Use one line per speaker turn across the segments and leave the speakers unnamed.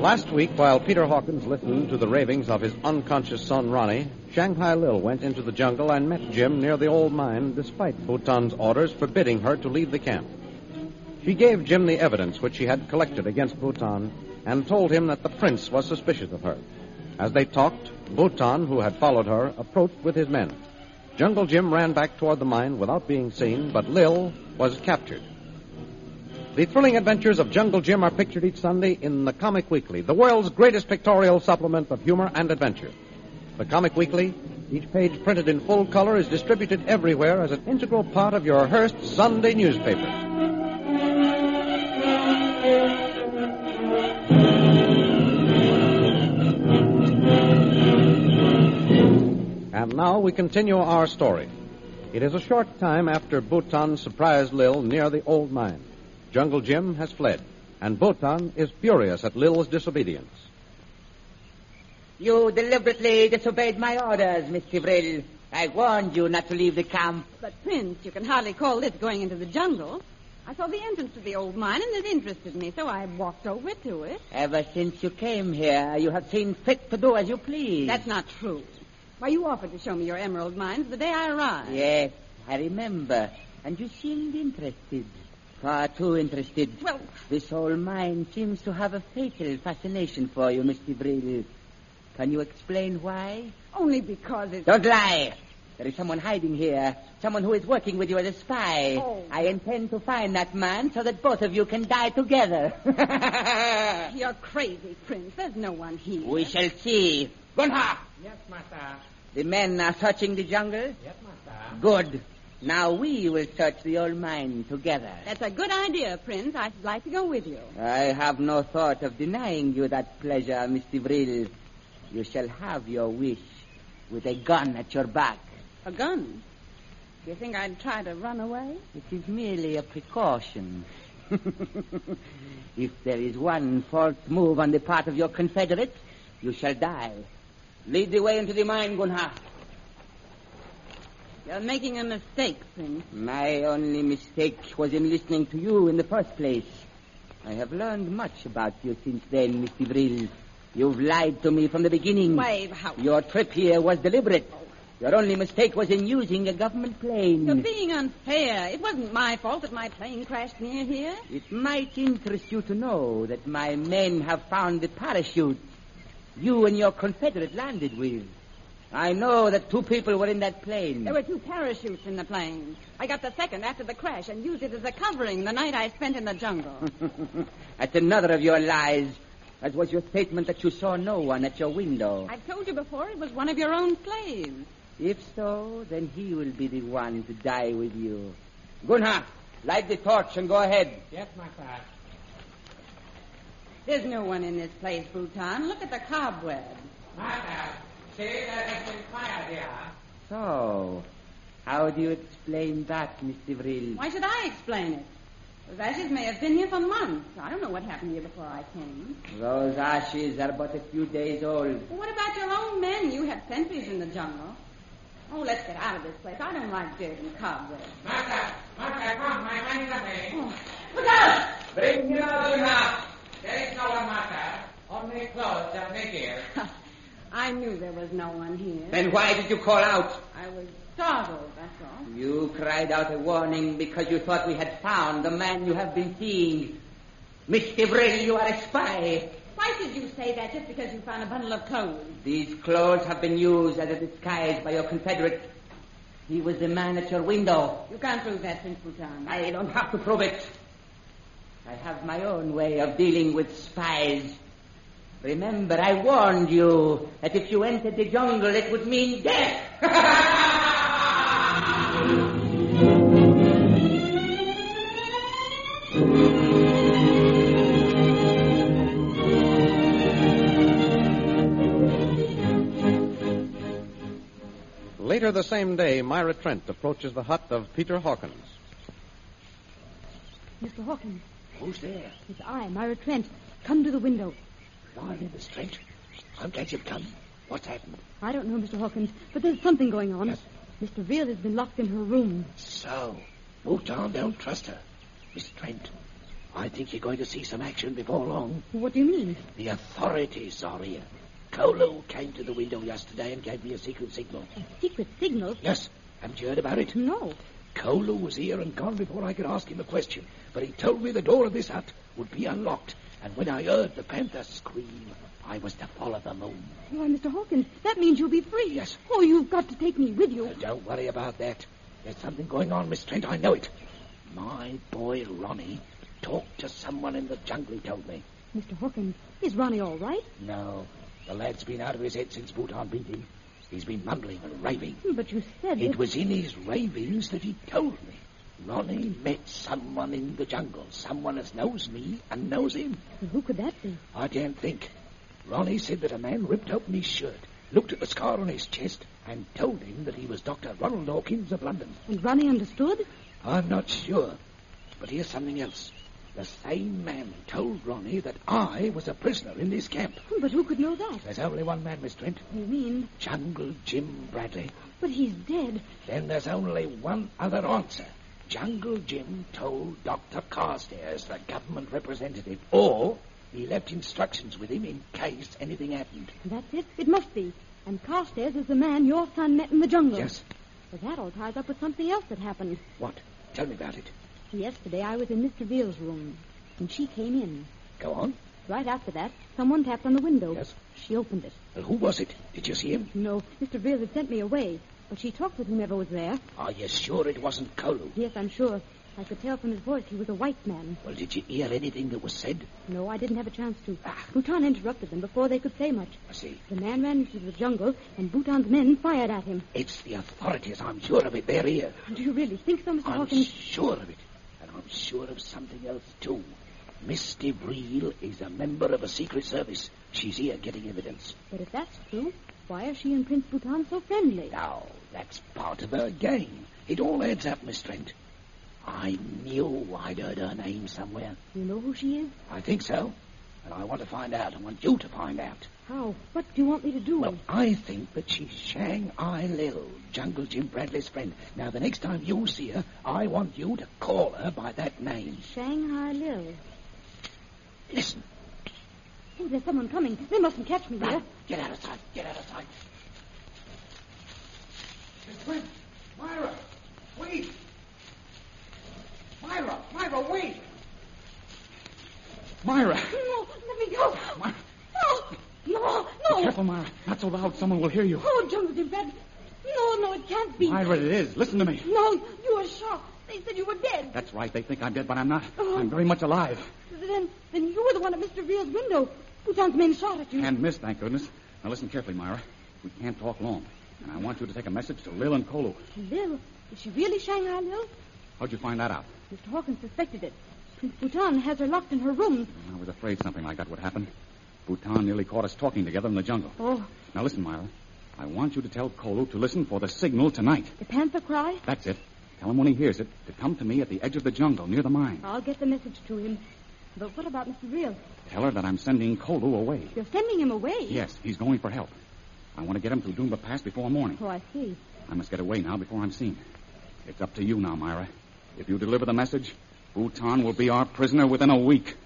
Last week, while Peter Hawkins listened to the ravings of his unconscious son Ronnie, Shanghai Lil went into the jungle and met Jim near the old mine despite Photon's orders forbidding her to leave the camp. She gave Jim the evidence which she had collected against Bhutan and told him that the prince was suspicious of her. As they talked, Bhutan, who had followed her, approached with his men. Jungle Jim ran back toward the mine without being seen, but Lil was captured. The thrilling adventures of Jungle Jim are pictured each Sunday in the Comic Weekly, the world's greatest pictorial supplement of humor and adventure. The Comic Weekly, each page printed in full color, is distributed everywhere as an integral part of your Hearst Sunday newspaper. And now we continue our story. It is a short time after Bhutan surprised Lil near the old mine. Jungle Jim has fled, and Bhutan is furious at Lil's disobedience.
You deliberately disobeyed my orders, Mr. Vril. I warned you not to leave the camp.
But, Prince, you can hardly call this going into the jungle. I saw the entrance to the old mine, and it interested me, so I walked over to it.
Ever since you came here, you have seen fit to do as you please.
That's not true. Why, you offered to show me your emerald mines the day I arrived.
Yes, I remember. And you seemed interested. Far too interested.
Well,
This old mine seems to have a fatal fascination for you, Mr. Vril. Can you explain why?
only because it's...
Don't lie. There is someone hiding here. Someone who is working with you as a spy.
Oh.
I intend to find that man so that both of you can die together.
You're crazy, Prince. There's no one here.
we shall see. Gunha!
Yes, master.
The men are searching the jungle?
Yes, master.
Good. Now we will search the old mine together.
That's a good idea, Prince. I'd like to go with you.
I have no thought of denying you that pleasure, Mr. Vril. You shall have your wish with a gun at your back.
A gun. Do you think I'd try to run away?
It is merely a precaution. if there is one false move on the part of your confederates, you shall die. Lead the way into the mine, Gunha.
You're making a mistake, Prince.
My only mistake was in listening to you in the first place. I have learned much about you since then, Mr. Vril. You've lied to me from the beginning.
Wave house.
Your trip here was deliberate. Your only mistake was in using a government plane.
You're being unfair. It wasn't my fault that my plane crashed near here.
It might interest you to know that my men have found the parachute you and your confederate landed with. I know that two people were in that plane.
There were two parachutes in the plane. I got the second after the crash and used it as a covering the night I spent in the jungle.
That's another of your lies, as was your statement that you saw no one at your window.
I've told you before it was one of your own slaves.
If so, then he will be the one to die with you. Gunnar, light the torch and go ahead.
Yes, master.
There's no one in this place, Bhutan. Look at the cobweb.
Master, see, there has been fire here.
So, how do you explain that, Mr. Vril?
Why should I explain it? Those ashes may have been here for months. I don't know what happened here before I came.
Those ashes are but a few days old.
Well, what about your own men? You had sentries in the jungle. Oh, let's get out of this place. I don't like dirt and cobwebs.
Master, master, come, my man is away.
Oh, look out!
Bring him out of the house. There is no one, master. Only clothes and naked.
I knew there was no one here.
Then why did you call out?
I was startled, that's all.
You cried out a warning because you thought we had found the man you have been seeing. Mr. Vril, you are a spy.
Why should you say that just because you found a bundle of clothes?
These clothes have been used as a disguise by your confederate. He was the man at your window.
You can't prove that, Prince Bhutan.
I don't have to prove it. I have my own way of dealing with spies. Remember, I warned you that if you entered the jungle, it would mean death.
Later the same day, Myra Trent approaches the hut of Peter Hawkins.
Mr. Hawkins,
Who's there?
it's I, Myra Trent. Come to the window.
Lord, Miss Trent. I'm glad you've come. What's happened?
I don't know, Mr. Hawkins, but there's something going on. Mr. Veal has been locked in her room.
So, moved on, don't trust her. Miss Trent, I think you're going to see some action before long.
What do you mean?
The authorities are here. Kolo came to the window yesterday and gave me a secret signal.
Secret signals?
Yes, haven't you heard about it?
No.
Kolo was here and gone before I could ask him a question, but he told me the door of this hut would be unlocked, and when I heard the panther scream, I was to follow the moon.
Why, Mr. Hawkins, that means you'll be free.
Yes.
Oh, you've got to take me with
Uh,
you.
don't worry about that. There's something going on, Miss Trent. I know it. My boy Ronnie talked to someone in the jungle, he told me.
Mr. Hawkins, is Ronnie all right?
No, the lad's been out of his head since Bhutan beat him. He's been mumbling and raving.
But you said
It was in his ravings that he told me. Ronnie met someone in the jungle, someone that knows me and knows him.
Who could that be?
I can't think. Ronnie said that a man ripped open his shirt, looked at the scar on his chest, and told him that he was Dr. Ronald Hawkins of London.
And Ronnie understood?
I'm not sure. But here's something else. The same man told Ronnie that I was a prisoner in this camp.
But who could know that?
There's only one man, Miss Trent.
You mean?
Jungle Jim Bradley.
But he's dead.
Then there's only one other answer. Jungle Jim told Dr. Carstairs, the government representative, or he left instructions with him in case anything happened.
That's it. It must be. And Carstairs is the man your son met in the jungle.
Yes.
But that all ties up with something else that happened.
What? Tell me about it.
Yesterday I was in Mr. Veal's room, and she came in.
Go on.
Right after that, someone tapped on the window.
Yes.
She opened it.
Well, who was it? Did you see him?
No, Mr. Veal had sent me away, but she talked with whomever was there.
Are you sure it wasn't Kolu?
Yes, I'm sure. I could tell from his voice he was a white man.
Well, did you hear anything that was said?
No, I didn't have a chance to.
Ah.
Bhutan interrupted them before they could say much.
I see.
The man ran into the jungle, and Bhutan's men fired at him.
It's the authorities. I'm sure of it. They're here.
Do you really think so, Mr.
I'm
Hawkins?
sure of it. And I'm sure of something else, too. Miss DeVril is a member of a secret service. She's here getting evidence.
But if that's true, why are she and Prince Bhutan so friendly?
Now, that's part of her game. It all adds up, Miss Trent. I knew I'd heard her name somewhere.
You know who she is?
I think so. And I want to find out. I want you to find out.
How? What do you want me to do?
Well, I think that she's Shanghai Lil, Jungle Jim Bradley's friend. Now, the next time you see her, I want you to call her by that name.
Shanghai Lil.
Listen.
Oh, there's someone coming. They mustn't catch me
Run.
there.
Get out of sight. Get out of sight.
Miss Trent, Myra, wait. Myra, Myra, wait. Myra.
No, let me go.
Myra.
No, no, no.
Careful, Myra. Not so loud. Someone will hear you.
Oh, Jungle Jim Bradley. No, no, it can't be.
Myra, it is. Listen to me.
No, you were shot. They said you were dead.
That's right. They think I'm dead, but I'm not.
Oh.
I'm very much alive.
Then, then you were the one at Mr. Veal's window. Bhutan's men shot at you.
And miss, thank goodness. Now listen carefully, Myra. We can't talk long. And I want you to take a message to Lil and Kolu.
Lil, is she really Shanghai Lil?
How'd you find that out?
Mr. Hawkins suspected it. Prince Bhutan has her locked in her room.
I was afraid something like that would happen. Bhutan nearly caught us talking together in the jungle.
Oh,
Now listen, Myra. I want you to tell Kolu to listen for the signal tonight.
the panther cry?
That's it. Tell him when he hears it to come to me at the edge of the jungle near the mine.
I'll get the message to him. But what about Mr. Veal?
Tell her that I'm sending Kolu away.
You're sending him away.
Yes, he's going for help. I want to get him to Doomba Pass before morning.
Oh, I see.
I must get away now before I'm seen. It's up to you now, Myra. If you deliver the message, Bhutan will be our prisoner within a week.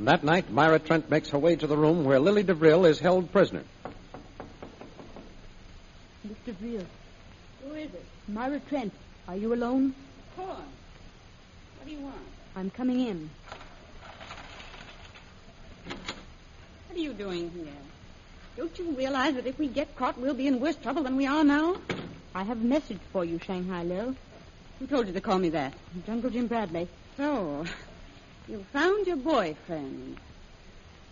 That night, Myra Trent makes her way to the room where Lily DeVril is held prisoner.
Mr. Veal,
Who is it?
Myra Trent, are you alone?
Corn. What do you want?
I'm coming in.
What are you doing here? Don't you realize that if we get caught, we'll be in worse trouble than we are now?
I have a message for you, Shanghai Lil.
Who told you to call me that?
Jungle Jim Bradley.
So,
Oh,
you found your boyfriend.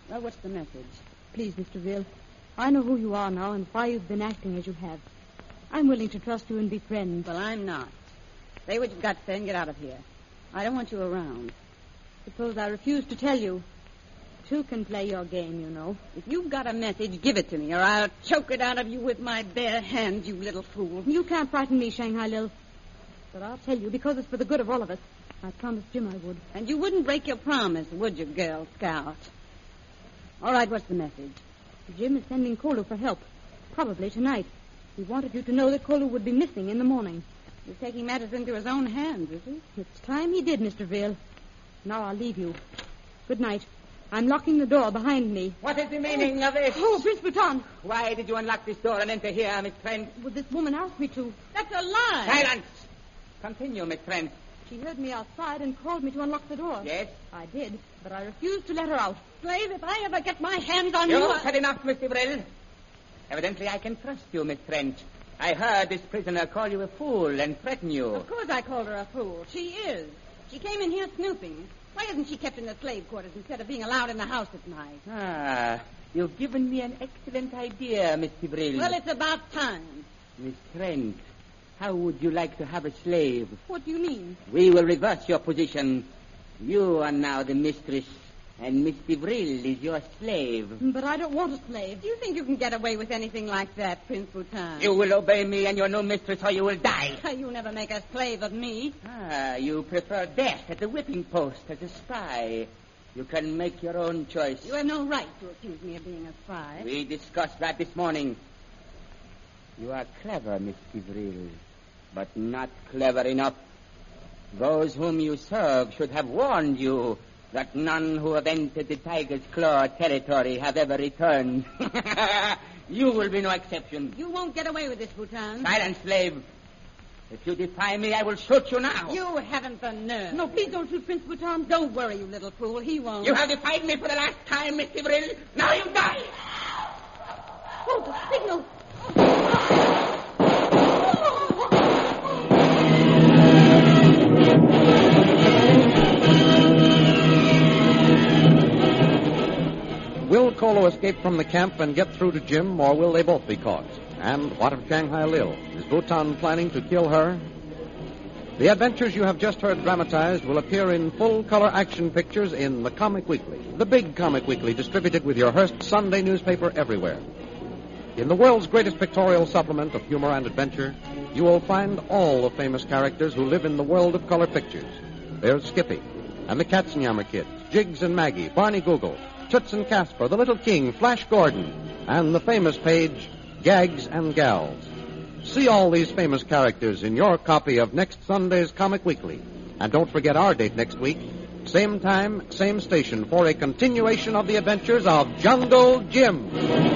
Well, what's the message?
Please, Mr. Veal, I know who you are now and why you've been acting as you have. I'm willing to trust you and be friends.
Well, I'm not. Say what you've got to say and get out of here. I don't want you around.
Suppose I refuse to tell you. Two can play your game, you know.
If you've got a message, give it to me, or I'll choke it out of you with my bare hands, you little fool.
You can't frighten me, Shanghai Lil. But I'll tell you, because it's for the good of all of us. I promised Jim I would.
And you wouldn't break your promise, would you, Girl Scout? All right, what's the message?
Jim is sending Kolu for help. Probably tonight. He wanted you to know that Kolu would be missing in the morning.
He's taking matters into his own hands, is he?
It's time he did, Mr. Veal. Now I'll leave you. Good night. I'm locking the door behind me.
What is the meaning of it?
Oh, Prince Bouton!
Why did you unlock this door and enter here, Miss Trent?
Well, this woman asked me to.
That's a lie.
Silence! Continue, Miss Trent.
She heard me outside and called me to unlock the door.
Yes?
I did, but I refused to let her out.
Slave, if I ever get my hands on you.
You've
I-
said enough, Miss Vril. Evidently, I can trust you, Miss Trent. I heard this prisoner call you a fool and threaten you.
Of course I called her a fool. She is. She came in here snooping. Why isn't she kept in the slave quarters instead of being allowed in the house at night?
Ah, you've given me an excellent idea, Miss
Mm.
Vril.
Well, it's about time.
Miss Trent, how would you like to have a slave?
What do you mean?
We will reverse your position. You are now the mistress, and Miss Devril is your slave.
But I don't want a slave.
Do you think you can get away with anything like that, Prince Bhutan?
You will obey me and your new mistress, or you will die.
You never make a slave of me.
Ah, you prefer death at the whipping post as a spy. You can make your own choice.
You have no right to accuse me of being a spy.
We discussed that this morning. You are clever, Miss Devril, but not clever enough. Those whom you serve should have warned you that none who have entered the tiger's claw territory have ever returned. you will be no exception.
You won't get away with this, Bhutan.
Silent slave. If you defy me, I will shoot you now.
You haven't the nerve.
No, please don't shoot Prince Bouton.
Don't worry, you little fool. He won't.
You have defied me for the last time, Miss Devril. Now you die.
Oh, the signal!
Will Kolo escape from the camp and get through to Jim, or will they both be caught? And what of Shanghai Lil? Is Bhutan planning to kill her? The adventures you have just heard dramatized will appear in full color action pictures in The Comic Weekly, the big comic weekly distributed with your Hearst Sunday newspaper everywhere. In the world's greatest pictorial supplement of humor and adventure, you will find all the famous characters who live in the world of color pictures. There's Skippy, and the Katzenjammer Kids, Jiggs and Maggie, Barney Google, Toots and Casper, The Little King, Flash Gordon, and the famous page, Gags and Gals. See all these famous characters in your copy of next Sunday's Comic Weekly. And don't forget our date next week, same time, same station, for a continuation of the adventures of Jungle Jim.